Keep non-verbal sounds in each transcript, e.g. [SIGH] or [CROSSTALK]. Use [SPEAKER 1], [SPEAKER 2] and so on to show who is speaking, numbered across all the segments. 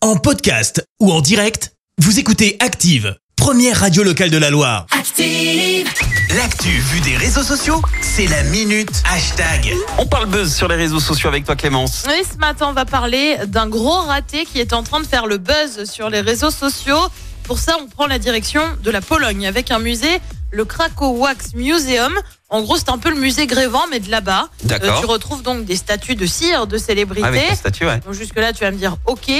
[SPEAKER 1] En podcast ou en direct, vous écoutez Active, première radio locale de la Loire.
[SPEAKER 2] Active.
[SPEAKER 3] L'actu vue des réseaux sociaux, c'est la minute hashtag.
[SPEAKER 4] On parle buzz sur les réseaux sociaux avec toi Clémence.
[SPEAKER 5] Oui, ce matin, on va parler d'un gros raté qui est en train de faire le buzz sur les réseaux sociaux. Pour ça, on prend la direction de la Pologne avec un musée, le Krakow Wax Museum. En gros, c'est un peu le musée Grévent, mais de là-bas. Euh,
[SPEAKER 4] D'accord. Ah
[SPEAKER 5] tu retrouves donc des statues de cire, de célébrités.
[SPEAKER 4] Avec la statue, ouais.
[SPEAKER 5] Donc jusque-là, tu vas me dire OK.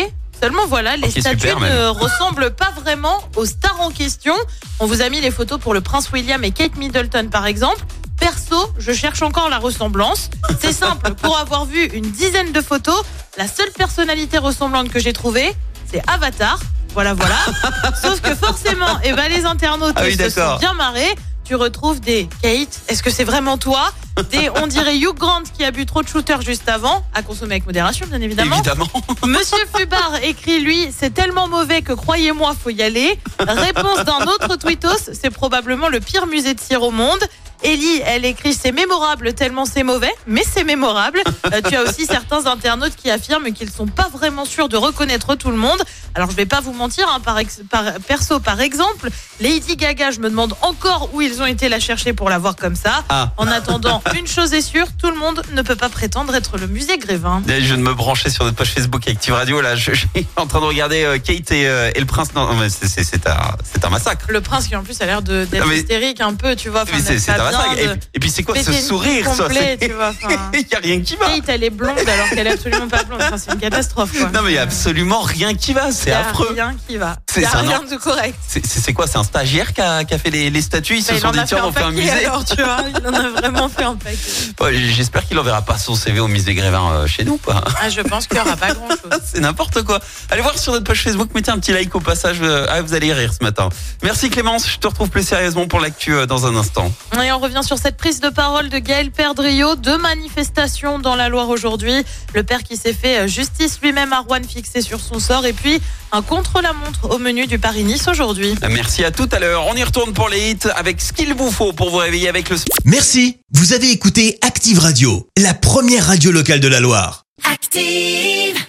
[SPEAKER 5] Seulement voilà, les
[SPEAKER 4] Ok, super,
[SPEAKER 5] statues
[SPEAKER 4] même.
[SPEAKER 5] ne ressemblent pas vraiment aux stars en question. On vous a mis les photos pour le prince William et Kate Middleton par exemple. Perso, je cherche encore la ressemblance. C'est simple,
[SPEAKER 4] [LAUGHS]
[SPEAKER 5] pour avoir vu une dizaine de photos, la seule personnalité ressemblante que j'ai trouvée, c'est Avatar.
[SPEAKER 4] [LAUGHS]
[SPEAKER 5] Voilà, voilà. Sauf que forcément, eh ben, les internautes
[SPEAKER 4] Ah oui,
[SPEAKER 5] se sont
[SPEAKER 4] d'accord.
[SPEAKER 5] bien marrés. Tu retrouves des Kate, est-ce que c'est vraiment toi Des, on dirait Hugh Grant qui a bu trop de shooters juste avant, à consommer avec modération, bien évidemment.
[SPEAKER 4] Évidemment.
[SPEAKER 5] Monsieur Fubard écrit lui, c'est tellement mauvais que croyez-moi, faut y aller. Réponse d'un autre tweetos, c'est probablement le pire musée de cire au monde. Ellie, elle écrit c'est mémorable tellement c'est mauvais, mais c'est mémorable. Euh, tu as aussi certains internautes qui affirment qu'ils sont pas vraiment sûrs de reconnaître tout le monde. Alors je vais pas vous mentir, hein, par, ex- par- perso par exemple, Lady Gaga, je me demande encore où ils ont été la chercher pour la voir comme ça.
[SPEAKER 4] Ah.
[SPEAKER 5] En attendant, une chose est sûre, tout le monde ne peut pas prétendre être le musée Grévin.
[SPEAKER 4] Là, Je viens de me brancher sur notre page Facebook Active Radio. Là, je, je suis en train de regarder euh, Kate et, euh, et le prince. Non, mais c'est- c'est c'est un, c'est un massacre.
[SPEAKER 5] Le prince qui en plus a l'air de- d'être
[SPEAKER 4] Non, mais-
[SPEAKER 5] hystérique un peu, tu vois. Enfin,
[SPEAKER 4] Mais c'est c'est
[SPEAKER 5] Ah, pas
[SPEAKER 4] un
[SPEAKER 5] bien
[SPEAKER 4] massacre. Et,
[SPEAKER 5] de-
[SPEAKER 4] puis- et puis c'est quoi ce
[SPEAKER 5] péter le
[SPEAKER 4] sourire
[SPEAKER 5] coup
[SPEAKER 4] ça
[SPEAKER 5] complet,
[SPEAKER 4] c'est-
[SPEAKER 5] tu vois. enfin.
[SPEAKER 4] [LAUGHS] Il y a rien qui va.
[SPEAKER 5] Kate, elle est blonde alors qu'elle est absolument pas blonde. Enfin, c'est une catastrophe. Quoi.
[SPEAKER 4] Non mais il y a absolument rien qui va.
[SPEAKER 5] Il
[SPEAKER 4] C'est
[SPEAKER 5] y a
[SPEAKER 4] affreux.
[SPEAKER 5] rien qui va.
[SPEAKER 4] C'est-
[SPEAKER 5] Il y a
[SPEAKER 4] c'est un
[SPEAKER 5] rien de correct.
[SPEAKER 4] C'est- C'est c'est quoi C'est un stagiaire qui a, qui a fait les, les statues. Ils se
[SPEAKER 5] Enfin,
[SPEAKER 4] sont
[SPEAKER 5] Bah, il
[SPEAKER 4] dit
[SPEAKER 5] en a fait
[SPEAKER 4] tiens
[SPEAKER 5] un
[SPEAKER 4] on fait un
[SPEAKER 5] paquet
[SPEAKER 4] musée.
[SPEAKER 5] alors, tu vois. Il en a vraiment fait un paquet.
[SPEAKER 4] Ouais, J'espère qu'il enverra pas son CV au musée Grévin euh, chez nous. Quoi.
[SPEAKER 5] Ah, je pense qu'il n'y aura pas grand chose.
[SPEAKER 4] C'est n'importe quoi. Allez voir sur notre page Facebook, mettez un petit like au passage. euh, Ah, vous allez rire ce matin. Merci Clémence, je te retrouve plus sérieusement pour l'actu euh, dans un instant.
[SPEAKER 5] Et on revient sur cette prise de parole de Gaël Perdriau. Deux manifestations dans la Loire aujourd'hui. Le père qui s'est fait euh, justice lui-même à Rouen fixé sur son sort. Et puis un contre-la-montre au menu du Paris-Nice aujourd'hui.
[SPEAKER 4] Euh, Merci à tout à l'heure. On y retourne pour les hits avec ce qu'il vous faut pour vous réveiller avec le
[SPEAKER 1] Euh, Merci, vous avez écouté Active Radio, la première radio locale de la Loire.
[SPEAKER 2] Active.